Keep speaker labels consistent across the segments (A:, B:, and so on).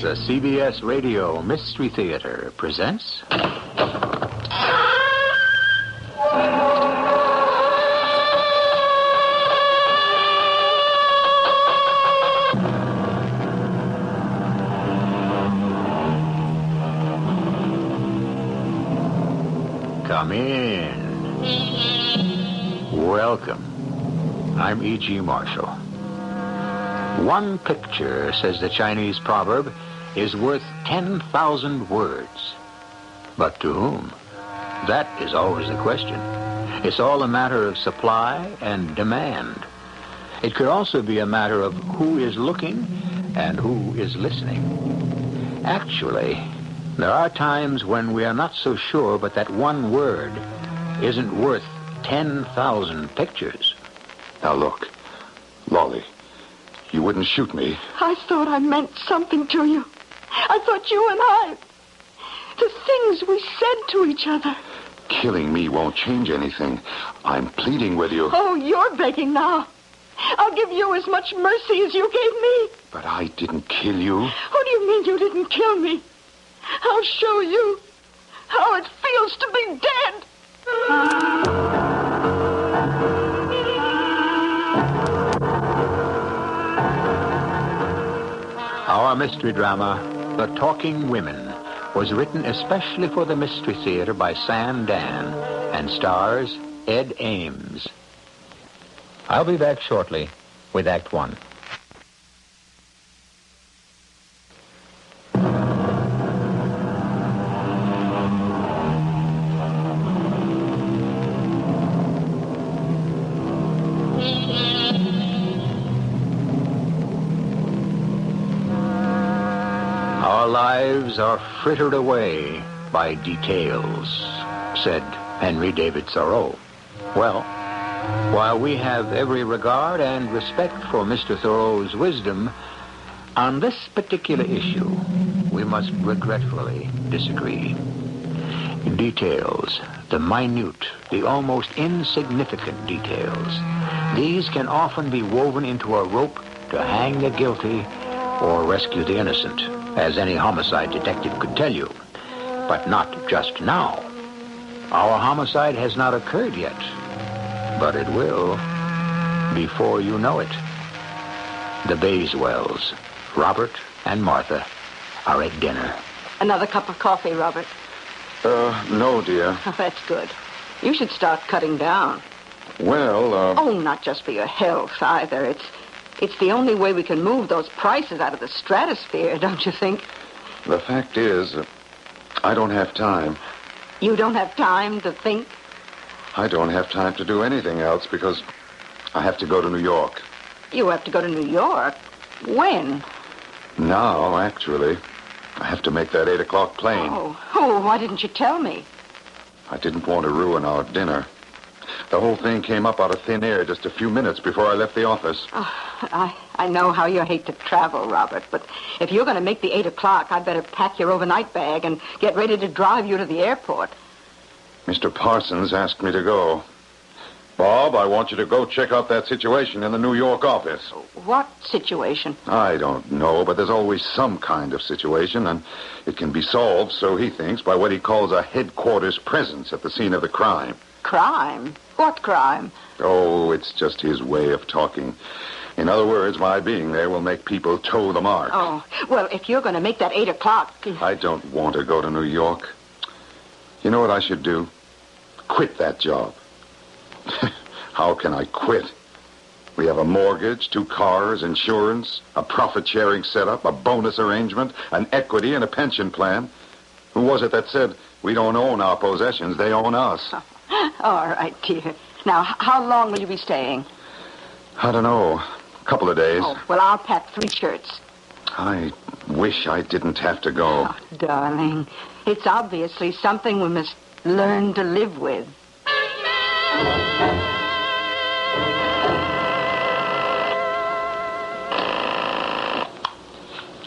A: a CBS Radio Mystery Theater presents. Come in. Welcome. I'm E.G. Marshall. One picture, says the Chinese proverb, is worth 10,000 words. But to whom? That is always the question. It's all a matter of supply and demand. It could also be a matter of who is looking and who is listening. Actually, there are times when we are not so sure but that one word isn't worth 10,000 pictures. Now look,
B: Lolly, you wouldn't shoot me.
C: I thought I meant something to you. I thought you and I. The things we said to each other.
B: Killing me won't change anything. I'm pleading with you.
C: Oh, you're begging now. I'll give you as much mercy as you gave me.
B: But I didn't kill you.
C: What do you mean you didn't kill me? I'll show you how it feels to be dead.
A: Our mystery drama, The Talking Women, was written especially for the Mystery Theater by Sam Dan and stars Ed Ames. I'll be back shortly with Act One. Our lives are frittered away by details, said Henry David Thoreau. Well, while we have every regard and respect for Mr. Thoreau's wisdom, on this particular issue, we must regretfully disagree. Details, the minute, the almost insignificant details, these can often be woven into a rope to hang the guilty or rescue the innocent, as any homicide detective could tell you. But not just now. Our homicide has not occurred yet, but it will before you know it. The Bayswells, Robert and Martha, are at dinner.
C: Another cup of coffee, Robert.
B: Uh, no, dear.
C: Oh, that's good. You should start cutting down.
B: Well, uh,
C: Oh, not just for your health either. It's it's the only way we can move those prices out of the stratosphere, don't you think?
B: the fact is, uh, I don't have time.
C: You don't have time to think.
B: I don't have time to do anything else because I have to go to New York.
C: You have to go to New York. When?
B: Now, actually, I have to make that 8 o'clock plane.
C: Oh, oh, why didn't you tell me?
B: I didn't want to ruin our dinner. The whole thing came up out of thin air just a few minutes before I left the office.
C: I, I know how you hate to travel, Robert, but if you're going to make the 8 o'clock, I'd better pack your overnight bag and get ready to drive you to the airport.
B: Mr. Parsons asked me to go. Bob, I want you to go check out that situation in the New York office.
C: What situation?
B: I don't know, but there's always some kind of situation, and it can be solved, so he thinks, by what he calls a headquarters presence at the scene of the crime.
C: Crime? What crime?
B: Oh, it's just his way of talking. In other words, my being there will make people toe the mark.
C: Oh, well, if you're going to make that 8 o'clock.
B: I don't want to go to New York. You know what I should do? Quit that job. How can I quit? We have a mortgage, two cars, insurance, a profit sharing setup, a bonus arrangement, an equity, and a pension plan. Who was it that said we don't own our possessions, they own us?
C: All right, dear. Now, h- how long will you be staying?
B: I don't know. A couple of days.
C: Oh, well, I'll pack three shirts.
B: I wish I didn't have to go.
C: Ah, Darling, it's obviously something we must learn to live with.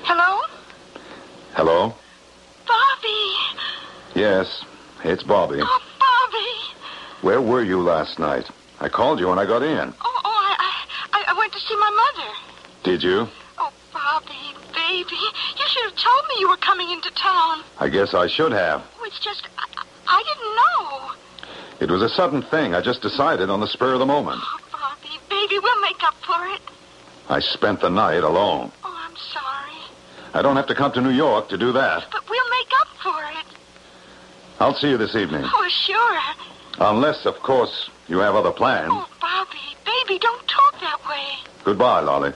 C: Hello?
B: Hello?
C: Bobby!
B: Yes, it's Bobby.
C: Oh, Bobby!
B: Where were you last night? I called you when I got in.
C: Oh, oh I, I, I went to see my mother.
B: Did you?
C: Oh, Bobby,
D: baby. You should have told me you were coming into town.
B: I guess I should have.
D: Oh, it's just, I, I didn't know.
B: It was a sudden thing. I just decided on the spur of the moment.
D: Oh, Bobby, baby, we'll make up for it.
B: I spent the night alone.
D: Oh, I'm sorry.
B: I don't have to come to New York to do that.
D: But we'll make up for it.
B: I'll see you this evening.
D: Oh, sure.
B: Unless, of course, you have other plans.
D: Oh, Bobby, baby, don't talk that way.
B: Goodbye, Lolly.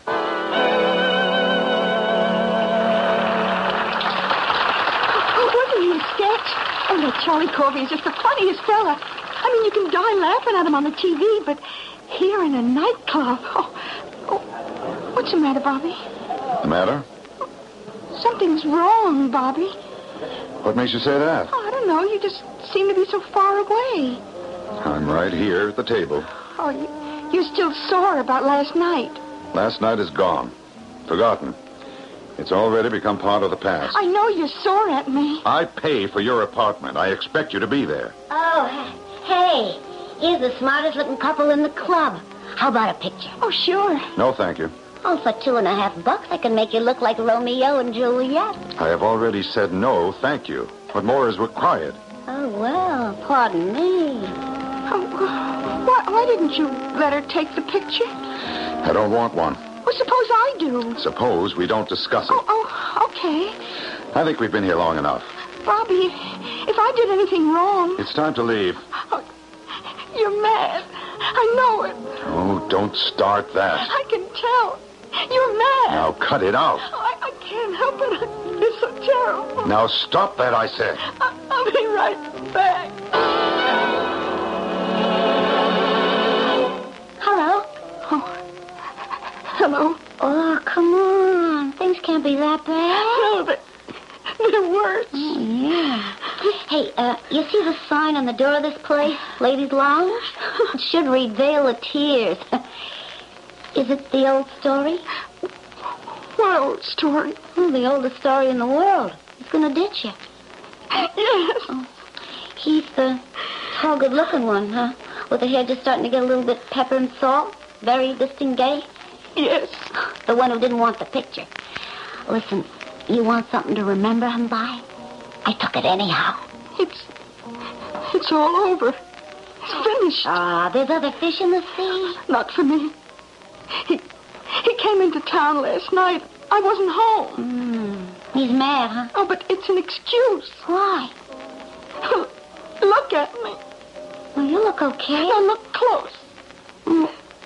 C: Oh, wasn't he a sketch? Oh, that Charlie Corby is just the funniest fella. I mean, you can die laughing at him on the TV, but here in a nightclub. Oh, oh what's the matter, Bobby?
B: The matter?
C: Something's wrong, Bobby.
B: What makes you say that?
C: Oh, I don't know. You just seem to be so far away.
B: I'm right here at the table.
C: Oh, you, you're still sore about last night.
B: Last night is gone. Forgotten. It's already become part of the past.
C: I know you're sore at me.
B: I pay for your apartment. I expect you to be there.
E: Oh, hey, you're the smartest looking couple in the club. How about a picture?
C: Oh, sure.
B: No, thank you.
E: Oh, for two and a half bucks, I can make you look like Romeo and Juliet.
B: I have already said no, thank you. What more is required?
E: Oh, well, pardon me.
C: Oh, why, why didn't you let her take the picture?
B: I don't want one.
C: Well, suppose I do.
B: Suppose we don't discuss
C: Oh,
B: it.
C: oh, okay.
B: I think we've been here long enough.
C: Bobby, if I did anything wrong,
B: It's time to leave.
C: you're mad. I know it.
B: Oh, don't start that.
C: I can tell. You're mad.
B: Now cut it out.
C: I, I can't help it. It's so terrible.
B: Now stop that, I said.
C: I, I'll be right back.
E: Hello?
C: Oh. Hello?
E: Oh, come on. Things can't be that bad.
C: No, they- they're worse.
E: Yeah. Hey, uh, you see the sign on the door of this place? Ladies' Lounge? It should read Veil of Tears. Uh, Is it the old story?
C: What old story?
E: Oh, the oldest story in the world. He's gonna ditch you. Oh,
C: Yes.
E: He's the tall, good-looking one, huh? With the hair just starting to get a little bit pepper and salt. Very distinct gay.
C: Yes.
E: The one who didn't want the picture. Listen, you want something to remember him by? I took it anyhow.
C: It's it's all over. It's finished.
E: Ah, there's other fish in the sea.
C: Not for me. He he came into town last night. I wasn't home.
E: He's mad, huh?
C: Oh, but it's an excuse.
E: Why?
C: Look at me.
E: Well, you look okay.
C: Now look close.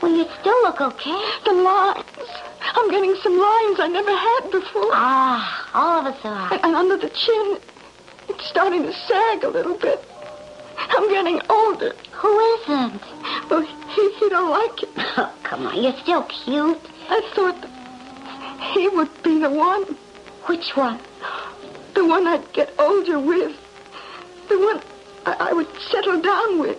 E: Well, you still look okay.
C: The lines. I'm getting some lines I never had before.
E: Ah, all of us are.
C: And, and under the chin, it's starting to sag a little bit. I'm getting older.
E: Who isn't?
C: Well, he, he don't like it.
E: Oh, come on, you're still cute.
C: I thought he would be the one.
E: Which one?
C: The one I'd get older with. The one I, I would settle down with.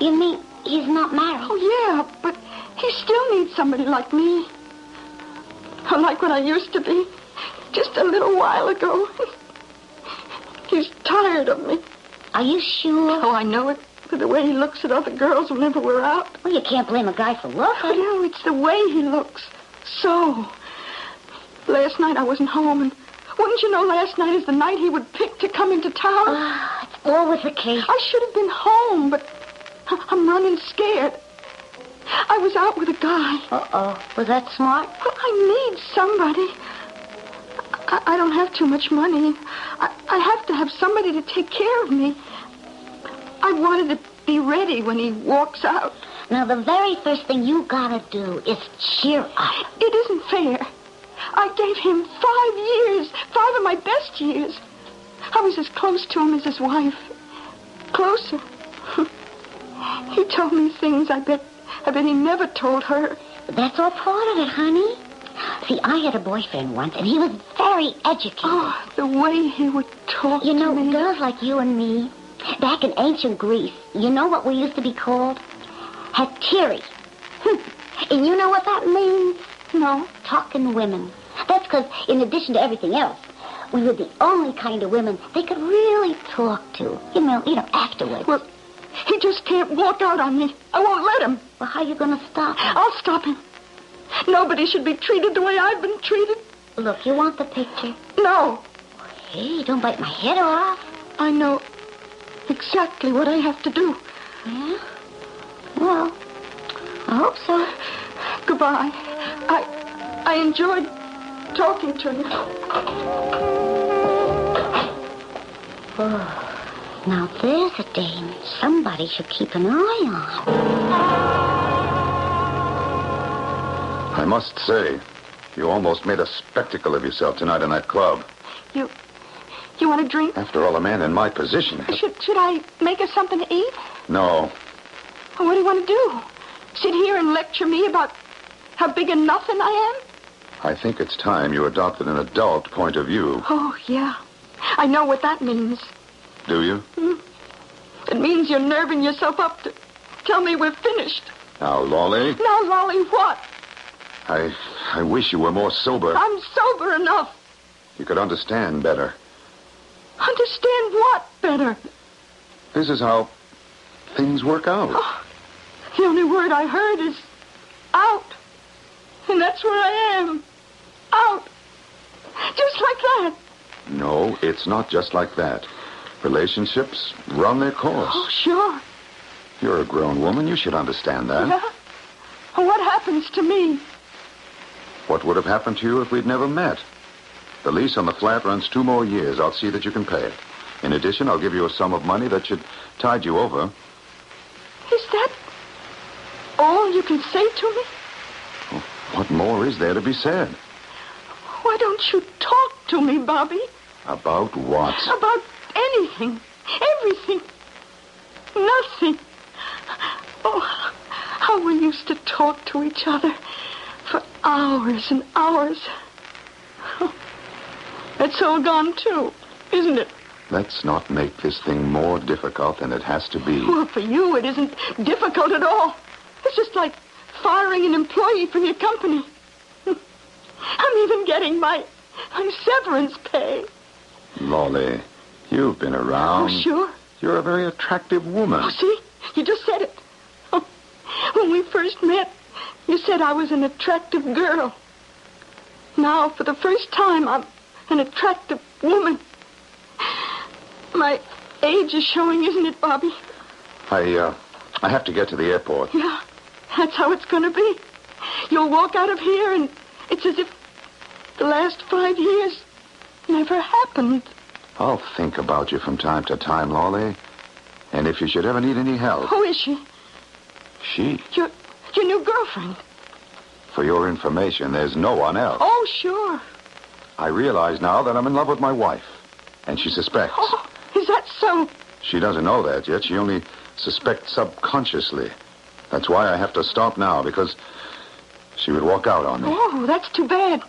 E: You mean he's not married?
C: Oh, yeah, but he still needs somebody like me. Or like what I used to be just a little while ago. He's tired of me.
E: Are you sure?
C: Oh, I know it. By the way he looks at other girls whenever we're out.
E: Well, you can't blame a guy for
C: I
E: looking.
C: know, it's the way he looks. So, last night I wasn't home, and wouldn't you know last night is the night he would pick to come into town?
E: Ah, it's always the case.
C: I should have been home, but I- I'm running scared. I was out with a guy.
E: Uh-oh. Was that smart?
C: Well, I need somebody. I, I don't have too much money. I, I have to have somebody to take care of me. I wanted to be ready when he walks out.
E: Now, the very first thing you gotta do is cheer up.
C: It isn't fair. I gave him five years, five of my best years. I was as close to him as his wife. Closer. he told me things I bet I bet he never told her.
E: That's all part of it, honey. See, I had a boyfriend once, and he was very educated.
C: Oh, the way he would talk
E: you know,
C: to me.
E: girls like you and me, back in ancient Greece, you know what we used to be called? Hetairai. and you know what that means?
C: No.
E: Talking women. That's because, in addition to everything else, we were the only kind of women they could really talk to. You know, you know, afterwards.
C: Well, he just can't walk out on me. I won't let him.
E: Well, how are you going to stop?
C: I'll stop him. Nobody should be treated the way I've been treated.
E: Look, you want the picture?
C: No,
E: Hey, don't bite my head off.
C: I know exactly what I have to do.
E: Yeah? Well, I hope so.
C: Goodbye. I, I enjoyed talking to you.
E: Now there's a dame somebody should keep an eye on.
B: I must say, you almost made a spectacle of yourself tonight in that club.
C: You, you want a drink?
B: After all, a man in my position.
C: Should, should I make us something to eat?
B: No,
C: Or what do you want to do? Sit here and lecture me about how big a nothing I am?
B: I think it's time you adopted an adult point of view,
C: Oh, yeah. I know what that means.
B: do you?
C: It means you're nerving yourself up to tell me we're finished.
B: Now, Lolly,
C: Now, Lolly, what?
B: I, I wish you were more sober.
C: I'm sober enough.
B: You could understand better.
C: Understand what better?
B: This is how things work out.
C: The only word I heard is out. And that's where I am. Out. Just like that.
B: No, it's not just like that. Relationships run their
C: Oh,
B: course.
C: sure.
B: You're a grown woman. You should understand that.
C: Yeah. What happens to me?
B: What would have happened to you if we'd never met? The lease on the flat runs two more years. I'll see that you can pay it. In addition, I'll give you a sum of money that should tide you over.
C: Is that all you can say to me?
B: What more is there to be said?
C: Why don't you talk to me, Bobby?
B: About what?
C: About anything. Everything. Nothing. Oh, how we used to talk to each other for hours and hours. It's all gone, too, isn't it?
B: Let's not make this thing more difficult than it has to be.
C: Well, for you, it isn't difficult at all. It's just like firing an employee from your company. I'm even getting my, my severance pay.
B: Lolly, you've been around.
C: oh, sure.
B: You're a very attractive woman.
C: Oh, see? You just said it. Oh, when we first met, you said I was an attractive girl. Now, for the first time, I'm an attractive woman. My age is showing, isn't it, Bobby?
B: I, uh, I have to get to the airport.
C: Yeah, that's how it's going to be. You'll walk out of here, and it's as if the last five years never happened.
B: I'll think about you from time to time, Lolly. And if you should ever need any help,
C: Who Oh, is she?
B: she.
C: Your, your new girlfriend?
B: For your information, there's no one else.
C: Oh, sure.
B: I realize now that I'm in love with my wife. And she suspects.
C: Oh, is that so?
B: She doesn't know that yet. She only suspects subconsciously. That's why I have to stop now, because she would walk out on me.
C: Oh, that's too bad.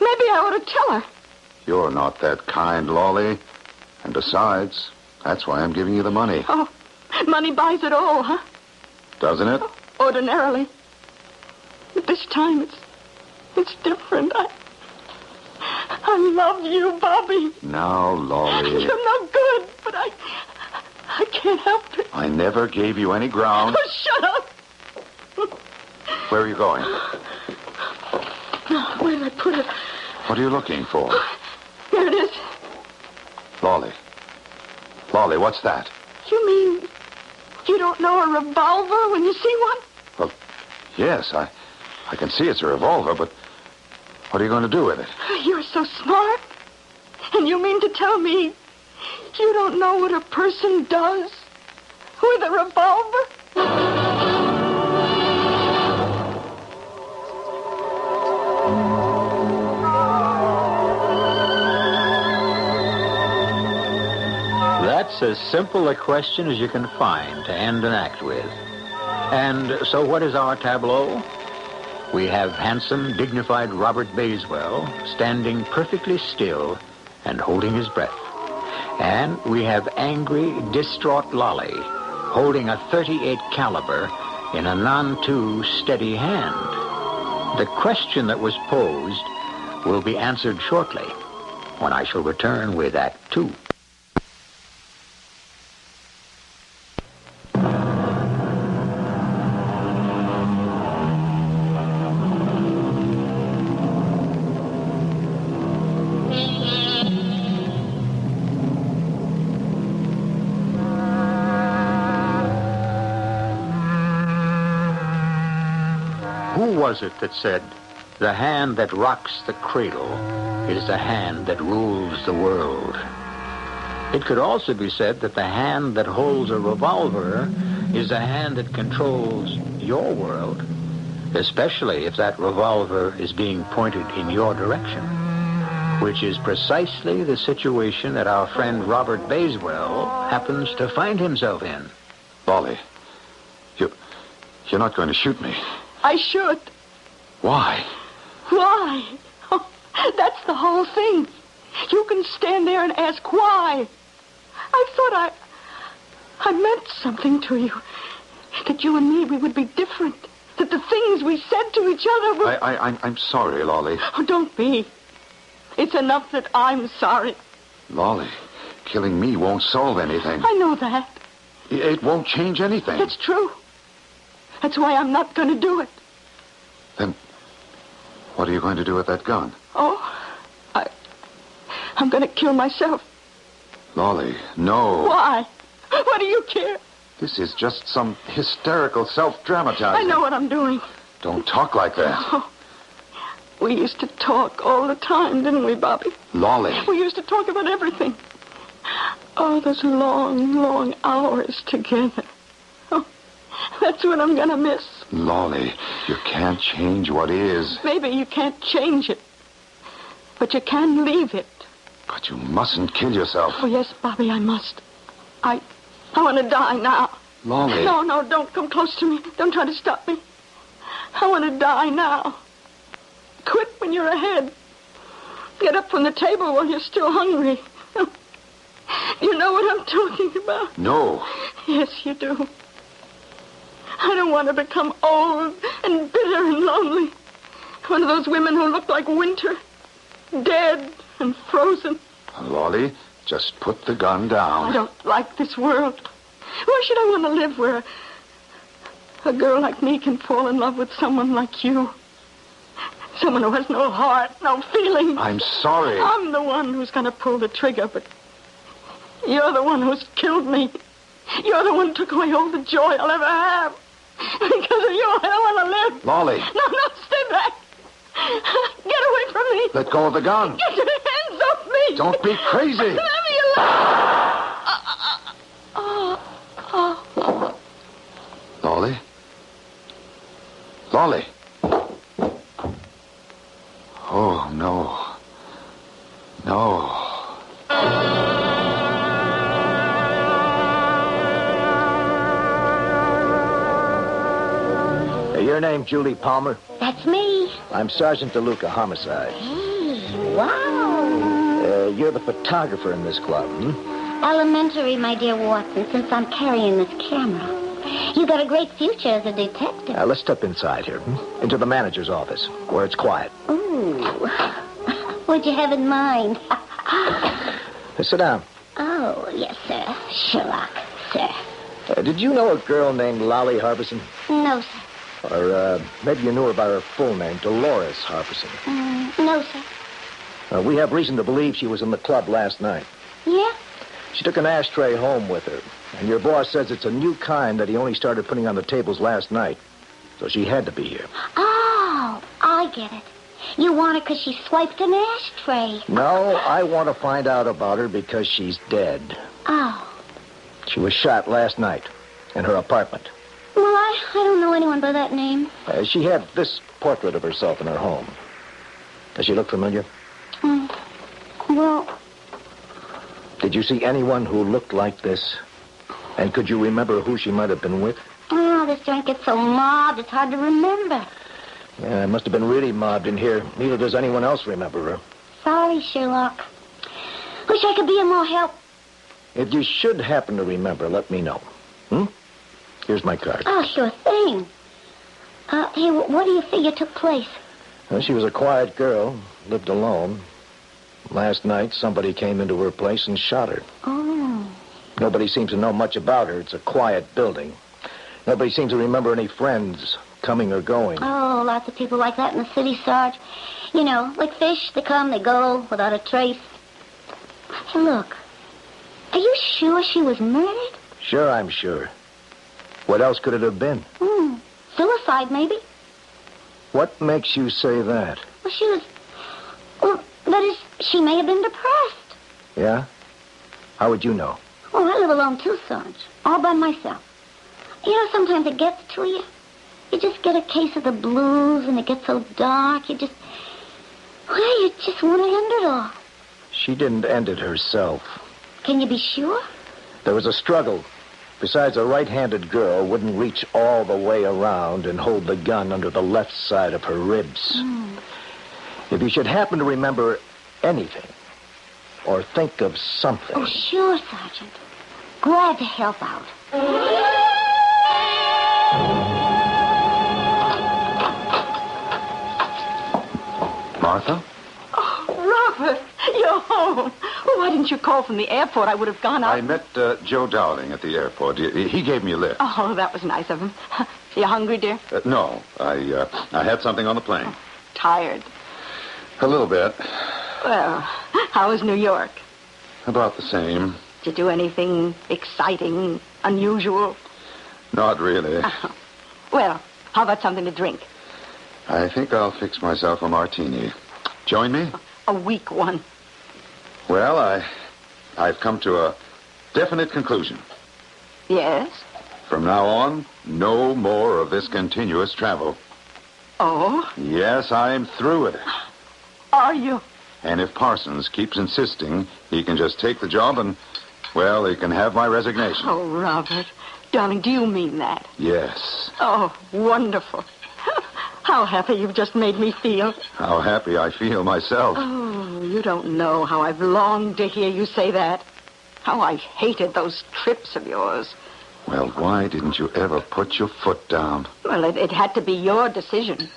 C: Maybe I ought to tell her.
B: You're not that kind, Lolly. And besides, that's why I'm giving you the money,
C: Money buys it all, huh?
B: doesn't it?
C: Ordinarily. But this time it's it's different. I I love you, Bobby.
B: Now, Lolly,
C: You're no good, but I I can't help it.
B: I never gave you any ground.
C: Oh, shut up.
B: Where are you going?
C: Now, where did I put it?
B: What are you looking for?
C: Here it is.
B: Lolly. Lolly, what's that?
C: You mean you don't know a revolver when you see one?
B: Yes, I I can see it's a revolver, but what are you going to do with it?
C: You're so smart. And you mean to tell me you don't know what a person does with a revolver?
A: That's as simple a question as you can find to end an act with. And so what is our tableau? We have handsome, dignified Robert Bayswell standing perfectly still and holding his breath. And we have angry, distraught Lolly holding a 38 caliber in a none-too steady hand. The question that was posed will be answered shortly when I shall return with Act Two.
F: Who was it that said, the hand that rocks the cradle is the hand that rules the world? It could also be said that the hand that holds a revolver is the hand that controls your world, especially if that revolver is being pointed in your direction, which is precisely the situation that our friend Robert Baiswell happens to find himself in.
B: Lolly, you, you're not going to shoot me.
C: I should.
B: Why?
C: Why? Oh, that's the whole thing. You can stand there and ask why. I thought I. I meant something to you. That you and me, we would be different. That the things we said to each other were.
B: I, I, I'm, I'm sorry, Lolly.
C: Oh, don't be. It's enough that I'm sorry.
B: Lolly, killing me won't solve anything.
C: I know that.
B: It won't change anything.
C: That's true. That's why I'm not going to do it.
B: What are you going to do with that gun?
C: Oh, I. I'm going to kill myself.
B: Lolly, no.
C: Why? What do you care?
B: This is just some hysterical self-dramatizing.
C: I know what I'm doing.
B: Don't talk like that.
C: We used to talk all the time, didn't we, Bobby?
B: Lolly.
C: We used to talk about everything. Oh, those long, long hours together. Oh, that's what I'm going to miss.
B: Lolly, you can't change what is.
C: Maybe you can't change it, but you can leave it.
B: But you mustn't kill yourself.
C: Oh, yes, Bobby, I must. I, I want to die now.
B: Lolly.
C: No, no, don't come close to me. Don't try to stop me. I want to die now. Quit when you're ahead. Get up from the table while you're still hungry. You know what I'm talking about?
B: No.
C: Yes, you do. I don't want to become old and bitter and lonely. One of those women who look like winter, dead and frozen.
B: Lolly, just put the gun
C: I
B: down.
C: don't like this world. Why should I want to live where a girl like me can fall in love with someone like you? Someone who has no heart, no feeling.
B: I'm sorry.
C: I'm the one who's going to pull the trigger, but you're the one who's killed me. You're the one who took away all the joy I'll ever have. Because of you, I don't want to live.
B: Lolly,
C: No, no, stay back. Get away from me.
B: let go of the gun.
C: Get your hands off me.
B: Don't be crazy. Ah.
C: Let me alone. Uh,
B: Lolly? Lolly? Oh, no. No.
A: Your name, Julie Palmer?
E: That's me.
A: I'm Sergeant DeLuca, homicide.
E: Wow.
A: Uh, you're the photographer in this club, hmm?
E: Elementary, my dear Watson, since I'm carrying this camera. You got a great future as a detective.
A: Now, Uh, let's step inside here, hmm? into the manager's office, where it's quiet.
E: Ooh. What'd you have in mind?
A: Uh, sit down.
E: oh, yes, sir. Sherlock, sir.
A: Uh, did you know a girl named Lolly Harbison?
E: No, sir.
A: Or uh, maybe you knew her by her full name, Dolores Harbison.
E: Mm, no, sir.
A: Uh, we have reason to believe she was in the club last night.
E: Yeah?
A: She took an ashtray home with her, and your boss says it's a new kind that he only started putting on the tables last night. So she had to be here.
E: Oh, I get it. You want her because she swiped an ashtray.
A: No, I want to find out about her because she's dead.
E: Oh.
A: She was shot last night in her apartment.
E: Well, I, I don't know anyone by that name.
A: Uh, she had this portrait of herself in her home. Does she look familiar?
E: Well,
A: Did you see anyone who looked like this? And could you remember who she might have been with?
E: oh, this joint gets so mobbed, it's hard to remember.
A: Yeah, it must have been really mobbed in here. Neither does anyone else remember her.
E: Sorry, Sherlock. Wish I could be of more help.
A: If you should happen to remember, let me know. Hmm? Here's my card.
E: Oh, sure thing. Uh, hey, wh- what do you figure took place?
A: Well, Uh, she was a quiet girl, lived alone. Last night, somebody came into her place and shot her.
E: Oh.
A: Nobody seems to know much about her. It's a quiet building. Nobody seems to remember any friends coming or going.
E: Oh, lots of people like that in the city, Sarge. You know, like fish, they come, they go, without a trace. Hey, look. Are you sure she was murdered?
A: Sure, I'm sure. What else could it have been?
E: Hmm. Suicide, maybe?
G: What makes you say that?
E: Well, she was. Well, that is, she may have been depressed.
G: Yeah? How would you know?
E: Oh, I live alone too, Sarge. All by myself. You know, sometimes it gets to you. You just get a case of the blues, and it gets so dark. You just. Well, you just want to end it all.
G: She didn't end it herself.
E: Can you be sure?
G: There was a struggle. Besides, a right-handed girl wouldn't reach all the way around and hold the gun under the left side of her ribs. If you should happen to remember anything or think of something,
E: Oh, sure, Sergeant. Glad to help out.
B: Martha?
C: Robert, you're home. Well, why didn't you call from the airport? I would have gone out.
B: I met uh, Joe Dowling at the airport. He, he gave me a lift.
C: Oh, that was nice of him. you hungry, dear?
B: Uh, no, I uh, I had something on the plane.
C: Tired.
B: A little bit,
C: Well, how was New York?
B: about the same.
C: Did you do anything exciting, unusual?
B: Not really.
C: Uh. Well, how about something to drink?
B: I think I'll fix myself a martini. Join me?
C: A weak one.
B: Well, I I've come to a definite conclusion.
C: Yes?
B: From now on, no more of this continuous travel.
C: Oh,
B: Yes, I'm through it.
C: are you?
B: And if Parsons keeps insisting, he can just take the job and, well, he can have my resignation.
C: Oh, Robert. Darling, do you mean that?
B: Yes.
C: Oh, wonderful. How happy you've just made me feel.
B: How happy I feel myself.
C: Oh, you don't know how I've longed to hear you say that. How I hated those trips of yours.
B: Well, why didn't you ever put your foot down?
C: Well, it, it had to be your decision.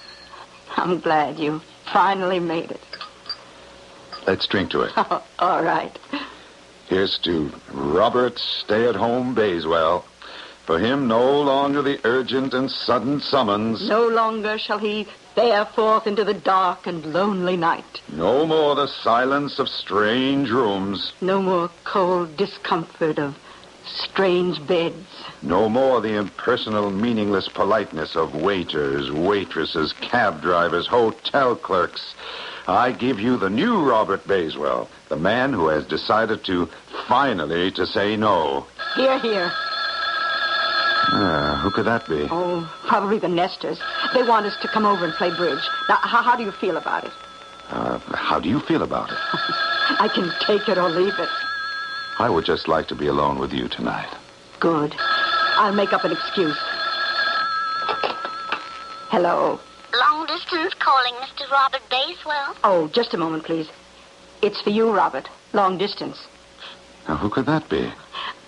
C: I'm glad you finally made it.
B: Let's drink to it.
C: All right.
B: Here's to Robert Stay at Home Bayswell. For him, no longer the urgent and sudden summons,
C: No longer shall he bear forth into the dark and lonely night.
B: no more the silence of strange rooms,
C: No more cold discomfort of strange beds.
B: no more the impersonal, meaningless politeness of waiters, waitresses, cab drivers, hotel clerks. I give you the new Robert Bayswell, the man who has decided to finally to say no.
C: Here, here.
B: Ah, who could that be?
C: Oh, probably the Nestors. They want us to come over and play bridge. Now, how, how do you feel about it?
B: Uh, how do you feel about it?
C: I can take it or leave it.
B: I would just like to be alone with you tonight.
C: Good. I'll make up an excuse. Hello.
D: Long distance calling, Mr. Robert Basewell.
C: Oh, just a moment, please. It's for you, Robert. Long distance.
B: Now, who could that be?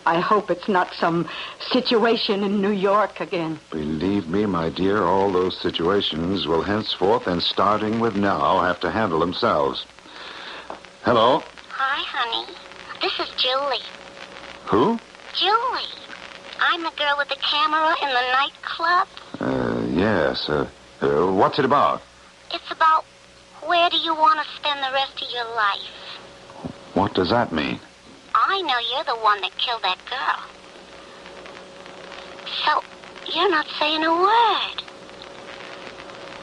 C: I hope it's not some situation in New York again.
B: Believe me, my dear, all those situations will henceforth and starting with now have to handle themselves. Hello?
D: Hi, honey. This is Julie.
B: Who?
D: Julie. I'm the girl with the camera in the nightclub.
B: Uh, yes. Uh, uh, what's it about?
D: It's about where do you want to spend the rest of your life?
B: What does that mean?
D: I know you're the one that killed that girl. So, you're not saying a word.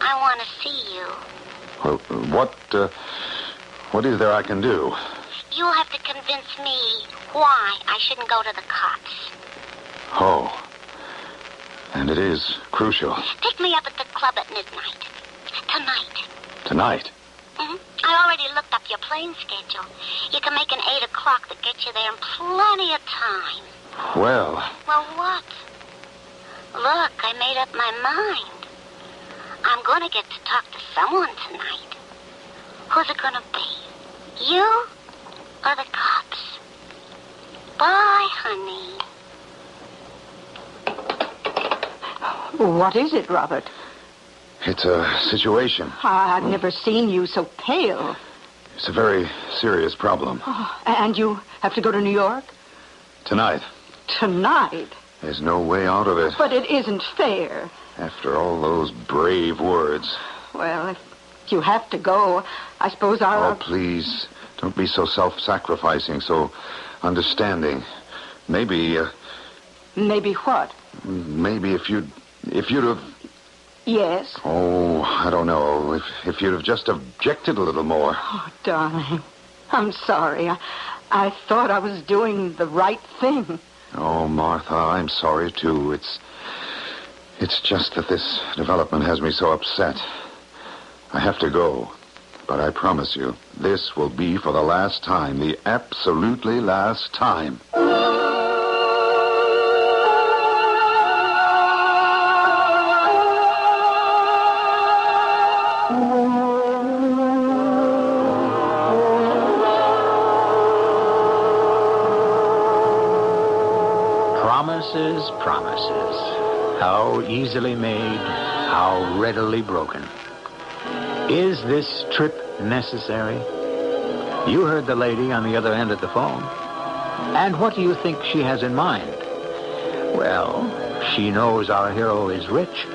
D: I want to see you.
B: Well, what, uh, what is there I can do?
D: You'll have to convince me why I shouldn't go to the cops.
B: Oh. And it is crucial.
D: Pick me up at the club at midnight. Tonight.
B: Tonight.
D: hmm I already looked up your plane schedule. You can make an 8 o'clock that gets you there in plenty of time.
B: Well,
D: Well, what? Look, I made up my mind. I'm going to get to talk to someone tonight. Who's it going to be? You or the cops? Bye, honey.
C: What is it, Robert?
B: it's a situation.
C: I- I've never seen you so pale.
B: It's a very serious problem.
C: And you have to go to New York?
B: Tonight.
C: Tonight.
B: There's no way out of it.
C: But it isn't fair.
B: After all those brave words.
C: Well, if you have to go, I suppose I'll.
B: Oh, please, don't be so self-sacrificing, so understanding. Maybe, uh,
C: Maybe what?
B: maybe if you'd, if you'd have,
C: Yes.
B: Oh, I don't know. If, if you'd have just objected a little more.
C: Oh, darling. I'm sorry. I, I thought I was doing the right thing.
B: Oh, Martha, I'm sorry, too. It's. It's just that this development has me so upset. I have to go. But I promise you, this will be for the last time, the absolutely last time.
A: Promises, promises. How easily made, how readily broken. Is this trip necessary? You heard the lady on the other end of the phone. And what do you think she has in mind? Well, she knows our hero is rich.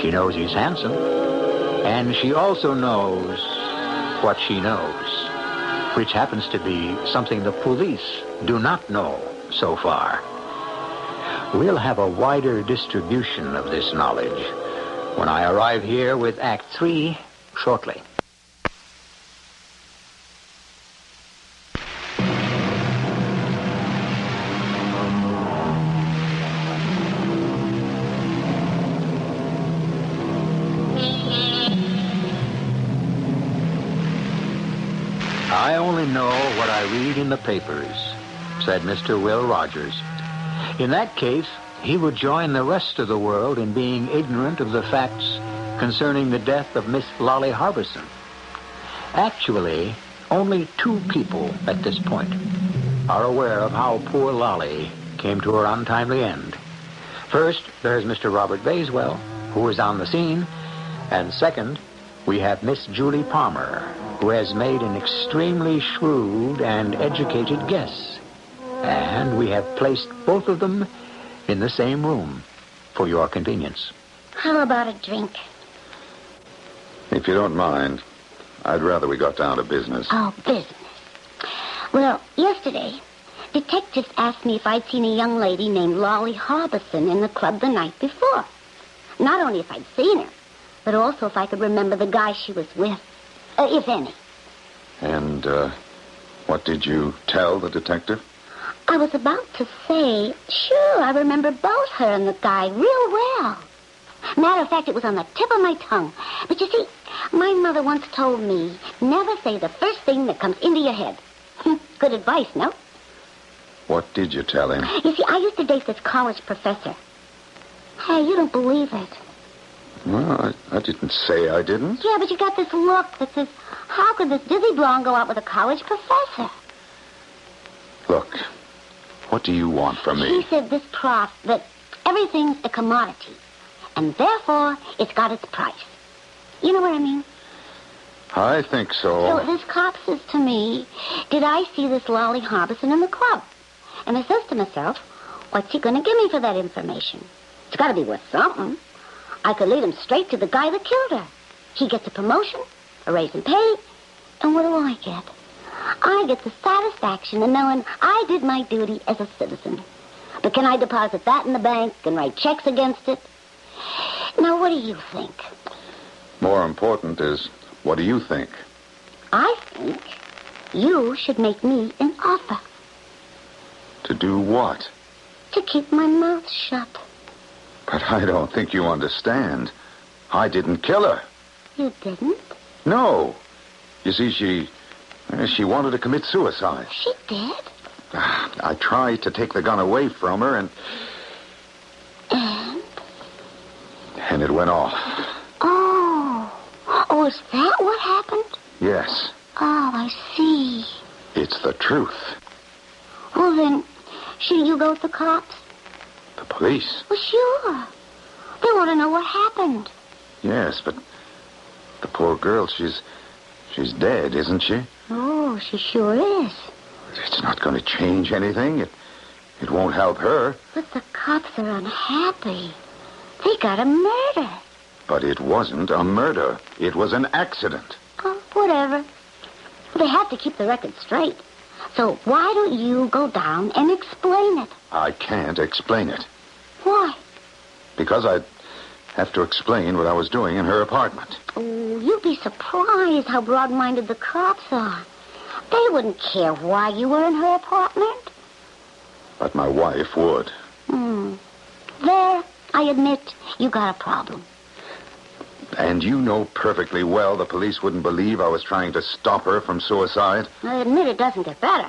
A: She knows he's handsome. And she also knows what she knows, which happens to be something the police do not know so far. We'll have a wider distribution of this knowledge when I arrive here with Act Three shortly. I only know what I read in the papers, said Mr. Will Rogers. In that case, he would join the rest of the world in being ignorant of the facts concerning the death of Miss Lolly Harbison. Actually, only two people at this point are aware of how poor Lolly came to her untimely end. First, there's Mr. Robert Bayswell, who is on the scene, and second, we have Miss Julie Palmer, who has made an extremely shrewd and educated guess. And we have placed both of them in the same room for your convenience.
E: How about a drink?
B: If you don't mind, I'd rather we got down to business.
E: Oh, business. Well, yesterday, detectives asked me if I'd seen a young lady named Lolly Harbison in the club the night before. Not only if I'd seen her, but also if I could remember the guy she was with, uh, if any.
B: And, uh, what did you tell the detective?
E: I was about to say, sure, I remember both her and the guy real well. Matter of fact, it was on the tip of my tongue. But you see, my mother once told me, never say the first thing that comes into your head. Good advice, no?
B: What did you tell him?
E: You see, I used to date this college professor. Hey, you don't believe it.
B: Well, I, I didn't say I didn't.
E: Yeah, but you got this look that says, how could this dizzy blonde go out with a college professor?
B: Look, what do you want from
E: He
B: me?
E: said this prof that everything's a commodity, and therefore it's got its price. You know what I mean?
B: I think so.
E: So this cop says to me, Did I see this Lolly Harbison in the club? And I says to myself, What's he gonna give me for that information? It's gotta be worth something. I could lead him straight to the guy that killed her. He gets a promotion, a raise in pay, and what do I get? I get the satisfaction of knowing I did my duty as a citizen. But can I deposit that in the bank and write checks against it? Now, what do you think?
B: More important is, what do you think?
E: I think you should make me an offer.
B: To do what?
E: to keep my mouth shut.
B: But I don't think you understand. I didn't kill her.
E: You didn't?
B: No. You see, she. eh, She wanted to commit suicide.
E: She did?
B: I tried to take the gun away from her, and.
E: And?
B: And it went off.
E: Oh. Oh, is that what happened?
B: Yes,
E: Oh, I see.
B: it's the truth.
E: Well, then, shouldn't you go with the cops?
B: The police.
E: Well, sure. They want to know what happened.
B: Yes, but. The poor girl, she's. She's dead, isn't she?
E: Oh, she sure is.
B: It's not going to change anything. It. It won't help her,
E: But the cops are unhappy. They got a murder.
B: but it wasn't a murder. It was an accident.
E: Oh, whatever. They have to keep the record straight. So why don't you go down and explain it?
B: I can't explain it.
E: Why?
B: Because I. have to explain what I was doing in her apartment.
E: Oh, you'd be surprised how broad-minded the cops are. They wouldn't care why you were in her apartment.
B: But my wife would.
E: Hmm. There, I admit, you got a problem.
B: And you know perfectly well the police wouldn't believe I was trying to stop her from suicide.
E: I admit it doesn't get better.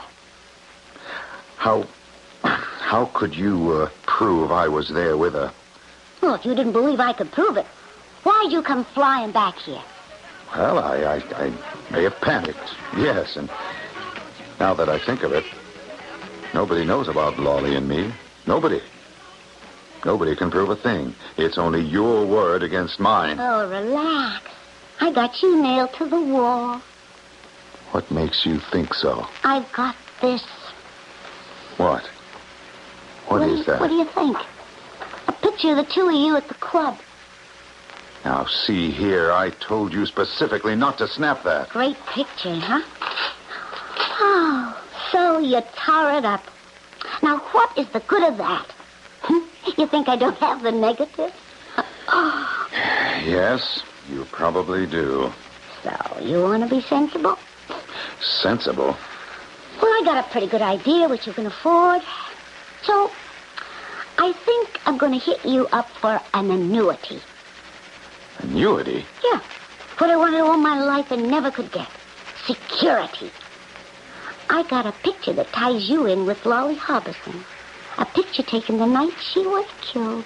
B: How. How could you uh, prove I was there with her?
E: Well, if you didn't believe I could prove it, why'd you come flying back here?
B: Well, I, I, I may have panicked. Yes, and now that I think of it, nobody knows about Lolly and me. Nobody. Nobody can prove a thing. It's only your word against mine.
E: Oh, relax. I got you nailed to the wall.
B: What makes you think so?
E: I've got this.
B: What? What
E: do
B: is
E: you-
B: that?
E: What do you think? A picture of the two of you at the club.
B: Now, see here, I told you specifically not to snap that.
E: Great picture, huh? Oh, so you tore it up. Now, what is the good of that? you think I don't have the negative?
B: Yes, you probably do.
E: So, you want to be sensible?
B: Sensible.
E: Well, I got a pretty good idea which you can afford. So, I think I'm going to hit you up for an annuity.
B: Annuity?
E: Yeah. What I wanted all my life and never could get. Security. I got a picture that ties you in with Lolly Harbison. A picture taken the night she was killed.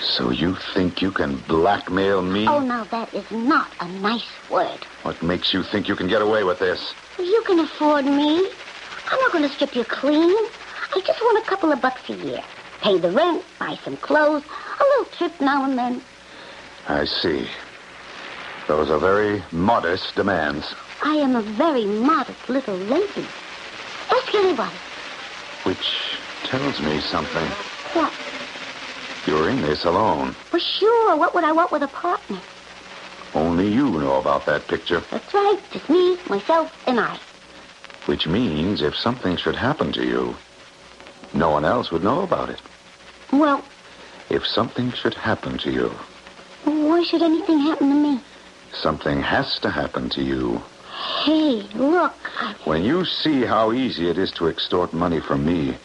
B: So you think you can blackmail me?
E: Oh, now that is not a nice word.
B: What makes you think you can get away with this?
E: You can afford me. I'm not going to strip you clean. I just want a couple of bucks a year. Pay the rent, buy some clothes, a little trip now and then.
B: I see. Those are very modest demands.
E: I am a very modest little lady. Ask anybody.
B: Which tells me something.
E: What?
B: You're in this alone.
E: Well, sure. What would I want with a partner?
B: Only you know about that picture.
E: That's right. Just me, myself, and I.
B: Which means if something should happen to you, no one else would know about it.
E: Well,
B: If something should happen to you,
E: why should anything happen to me?
B: something has to happen to you.
E: Hey, look. I...
B: When you see how easy it is to extort money from me,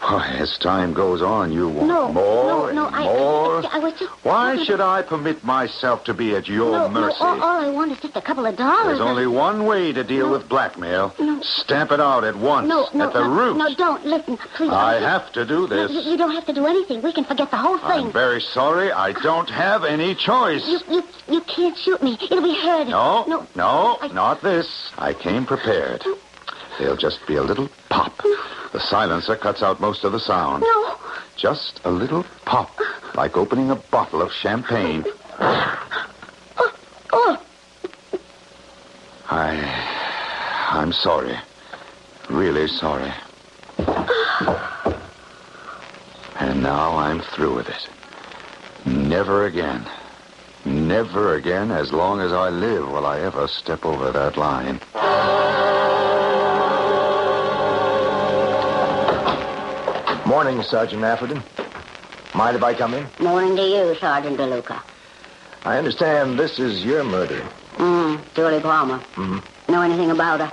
B: why, as time goes on, you want
E: No,
B: Oh, more
E: no, no,
B: and
E: I-
B: more.
E: I- I was just-
B: Why should I permit myself to be at your
E: no, uh,
B: mercy?
E: No, all, all I want is just a couple of dollars.
B: There's only one way to deal with blackmail.
E: Uh-huh. No.
B: Stamp it out at once,
E: No, no,
B: at the
E: no,
B: root.
E: No, don't listen, please.
B: I
E: I'm just-
B: have to do
E: No,
B: this.
E: you, you don't have to do anything. We can forget the whole
B: I'm
E: thing.
B: very sorry. I don't have any choice.
E: You, you, you can't shoot me. It'll be heard.
B: No,
E: no,
B: no,
E: I-
B: not this. I came prepared. There'll just be a little pop. The silencer cuts out most of the sound.
E: No.
B: Just a little pop, like opening a bottle of champagne.
E: Oh,
B: I. I'm sorry. Really sorry. And now I'm through with it. Never again. Never again, as long as I live, will I ever step over that line.
A: Morning, Sergeant Atherton. Mind if I come in?
E: morning to you, Sergeant DeLuca.
A: I understand this is your murder.
E: Hmm, Julie Palmer. Mm-hmm. Know anything about her?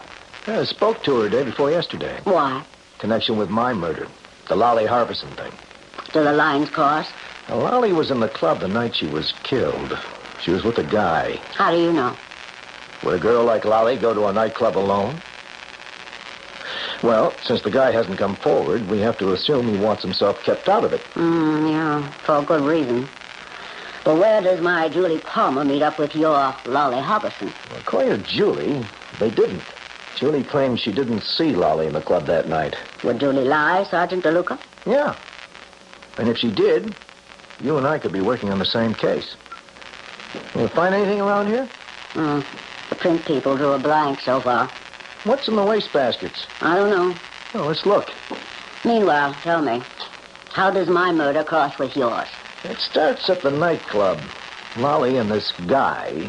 A: I spoke to her day before yesterday.
E: Why?
A: Connection with my murder. The Lolly Harbison thing.
E: Do the lines cross?
A: Now, Lolly was in the club the night she was killed. She was with a guy.
E: How do you know?
A: Would a girl like Lolly go to a nightclub alone? Well, since the guy hasn't come forward, we have to assume he wants himself kept out of it.
E: Mm, yeah, for a good reason. But where does my Julie Palmer meet up with your Lolly Harbison?
A: According to Julie, they didn't. Julie claims she didn't see Lolly in the club that night.
E: Would Julie lie, Sergeant DeLuca?
A: Yeah. And if she did, you and I could be working on the same case. You find anything around here?
E: Mm, the print people drew a blank so far.
A: What's in the wastebaskets?
E: I don't know.
A: Oh, let's look.
E: Meanwhile, tell me, how does my murder cross with yours?
A: It starts at the nightclub. Lolly and this guy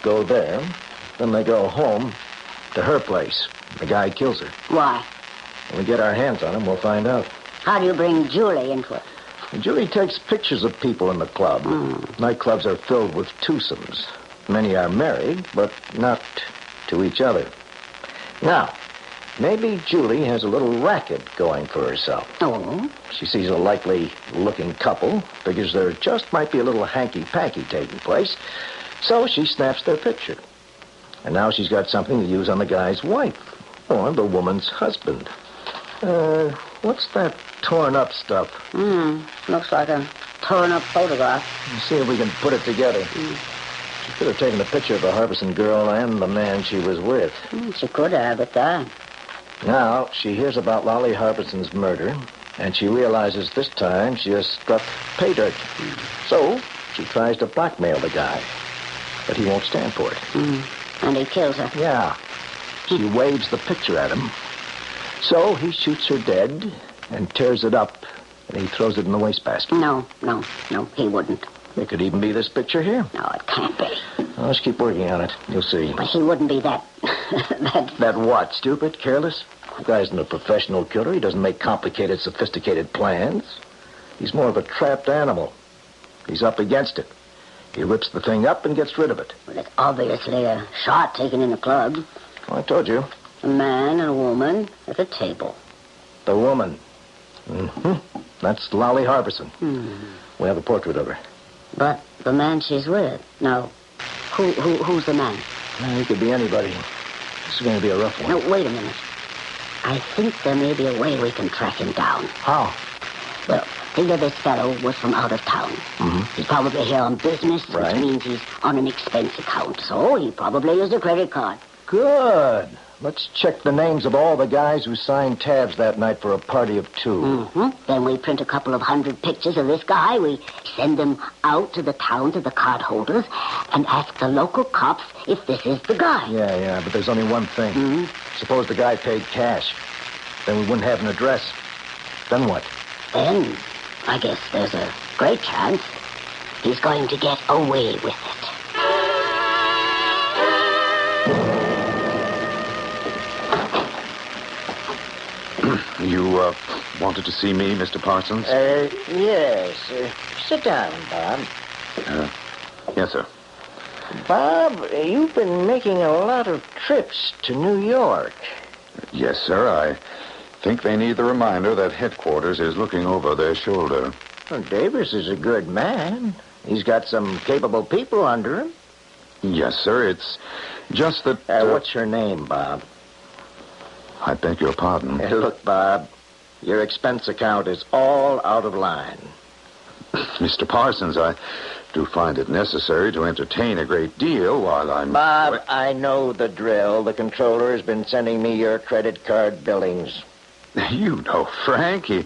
A: go there, then they go home to her place. The guy kills her.
E: Why?
A: When we get our hands on him, we'll find out.
E: How do you bring Julie into it?
A: The jury takes pictures of people in the club. Nightclubs are filled with twosomes. Many are married, but not to each other. Now, maybe Julie has a little racket going for herself.
E: Oh?
A: She sees a likely looking couple, figures there just might be a little hanky panky taking place, so she snaps their picture. And now she's got something to use on the guy's wife or the woman's husband. Uh, what's that torn up stuff?
E: Hmm. Looks like a torn up photograph.
A: Let's see if we can put it together. She could have taken a picture of the Harbison girl and the man she was with.
E: Hmm, she could have it there.
A: Now, she hears about Lolly Harbison's murder, and she realizes this time she has struck pay dirt. So, she tries to blackmail the guy, but he won't stand for it.
E: And he kills her.
A: Yeah. She waves the picture at him. So he shoots her dead and tears it up, and he throws it in the wastebasket.
E: No, no, no, he wouldn't.
A: It could even be this picture here.
E: No, it can't be.
A: Well, let's keep working on it. You'll see.
E: But he wouldn't be that. that.
A: That what? Stupid? Careless? The guy isn't a professional killer. He doesn't make complicated, sophisticated plans. He's more of a trapped animal. He's up against it. He rips the thing up and gets rid of it.
E: Well, it's obviously a shot taken in a club.
A: Well, I told you.
E: A man and a woman at a table.
A: The woman. hmm That's Lolly Harbison. We have a portrait of her.
E: But the man she's with. No. Who, who, who's the man?
A: Now, He could be anybody. This is going to be a rough one.
E: No, wait a minute. I think there may be a way we can track him down.
A: How?
E: Well, figure this fellow was from out of town. He's probably here on business,
A: Right.
E: which means he's on an expense account. So he probably used a credit card.
A: Good. Let's check the names of all the guys who signed tabs that night for a party of two.
E: hmm Then we print a couple of hundred pictures of this guy. We send them out to the town to the card holders and ask the local cops if this is the guy.
A: Yeah, yeah, but there's only one thing. Suppose the guy paid cash. Then we wouldn't have an address. Then what?
E: Then I guess there's a great chance he's going to get away with it.
B: You uh, wanted to see me, Mr. Parsons?
A: Uh, yes. uh, sit down, Bob.
B: yes, sir.
A: Bob, you've been making a lot of trips to New York.
B: Yes, sir. I think they need the reminder that headquarters is looking over their shoulder.
A: Well, Davis is a good man. He's got some capable people under him.
B: Yes, sir. It's just that.
A: Uh, what's your name, Bob?
B: I beg your pardon.
A: Hey, look, Bob, your expense account is all out of line.
B: Mr. Parsons, I do find it necessary to entertain a great deal while I'm.
A: Bob, I know the drill. The controller has been sending me your credit card billings.
B: You know, Frank, he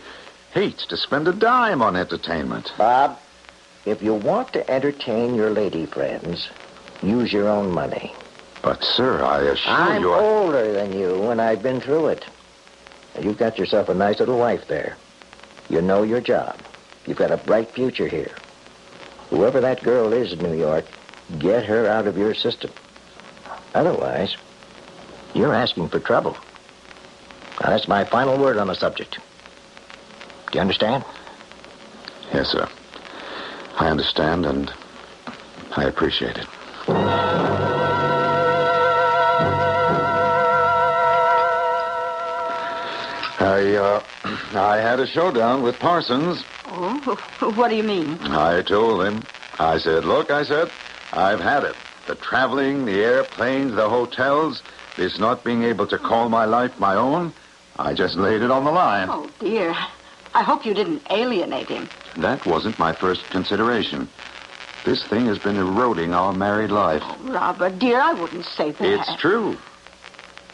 B: hates to spend a dime on entertainment.
A: Bob, if you want to entertain your lady friends, use your own money.
B: But, sir, I assure
A: I'm
B: you. I-
A: older than you, and I've been through it. Now, You've got yourself a nice little wife there. You know your job. You've got a bright future here. Whoever that girl is in New York, get her out of your system. Otherwise, you're asking for trouble. Now, that's my final word on the subject. Do you understand?
B: Yes, sir. I understand, and I appreciate it. I, uh, I had a showdown with Parsons.
C: Oh, what do you mean?
B: I told him. I said, look, I said, I've had it. The traveling, the airplanes, the hotels, this not being able to call my life my own. I just laid it on the line.
C: Oh, dear. I hope you didn't alienate him.
B: That wasn't my first consideration. This thing has been eroding our married life.
C: Robert, dear, I wouldn't say that.
B: It's true.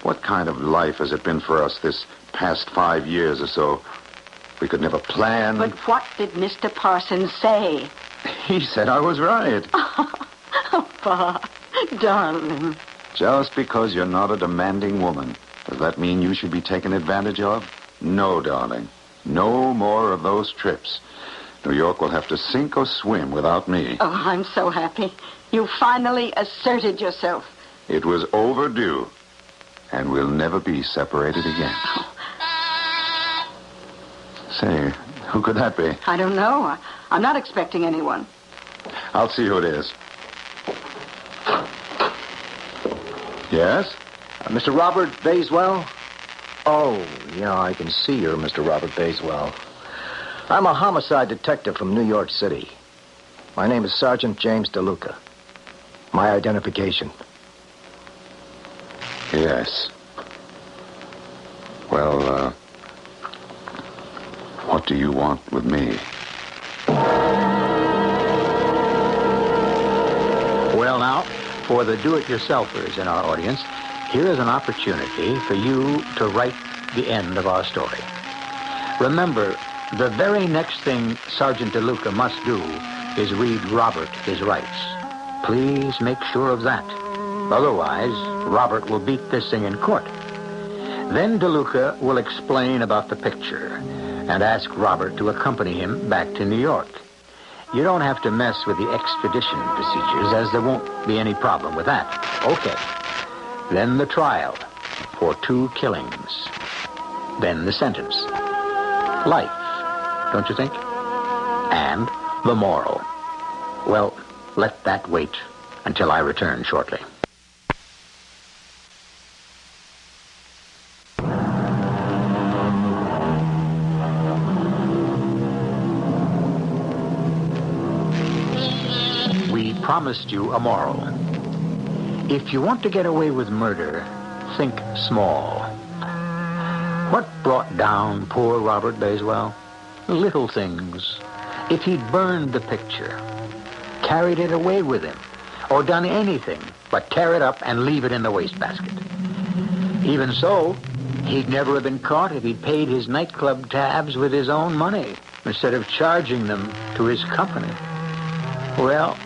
B: What kind of life has it been for us this past five years or so? We could never plan.
C: But what did Mr. Parsons say?
B: he said I was right.
C: Papa, darling.
B: Just because you're not a demanding woman, does that mean you should be taken advantage of? No, darling. No more of those trips. New York will have to sink or swim without me.
C: Oh, I'm so happy. You finally asserted yourself.
B: It was overdue, and we'll never be separated again. Say, Who could that be?
C: I don't know. I, I'm not expecting anyone.
B: I'll see who it is. Yes?
G: Uh, Mr. Robert Bayswell? Oh, yeah, I can see you're Mr. Robert Bayswell. I'm a homicide detective from New York City. My name is Sergeant James DeLuca. My identification.
B: Yes. Well, uh, what do you want with me?
A: Well, now, for the do-it-yourselfers in our audience, here is an opportunity for you to write the end of our story. Remember, the very next thing Sergeant DeLuca must do is read Robert his rights. Please make sure of that. Otherwise, Robert will beat this thing in court. Then DeLuca will explain about the picture and ask Robert to accompany him back to New York. You don't have to mess with the extradition procedures, as there won't be any problem with that. Okay. Then the trial for two killings. Then the sentence. Life, don't you think? And the moral. Well, let that wait until I return shortly. We promised you a moral. If you want to get away with murder, think small. What brought down poor Robert Bayswell? Little things. If he'd burned the picture, carried it away with him, or done anything but tear it up and leave it in the wastebasket. Even so, he'd never have been caught if he'd paid his nightclub tabs with his own money instead of charging them to his company. Well,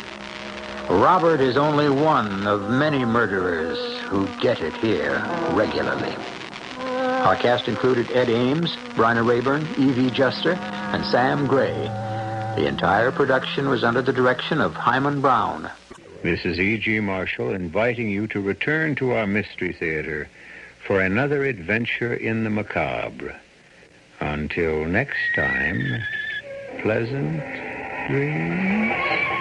A: Robert is only one of many murderers who get it here regularly. Our cast included Ed Ames, Bryna Rayburn, Evie Juster, and Sam Gray. The entire production was under the direction of Hyman Brown. This is E.G. E. Marshall inviting you to return to our Mystery Theater for another adventure in the macabre. Until next time, pleasant dreams.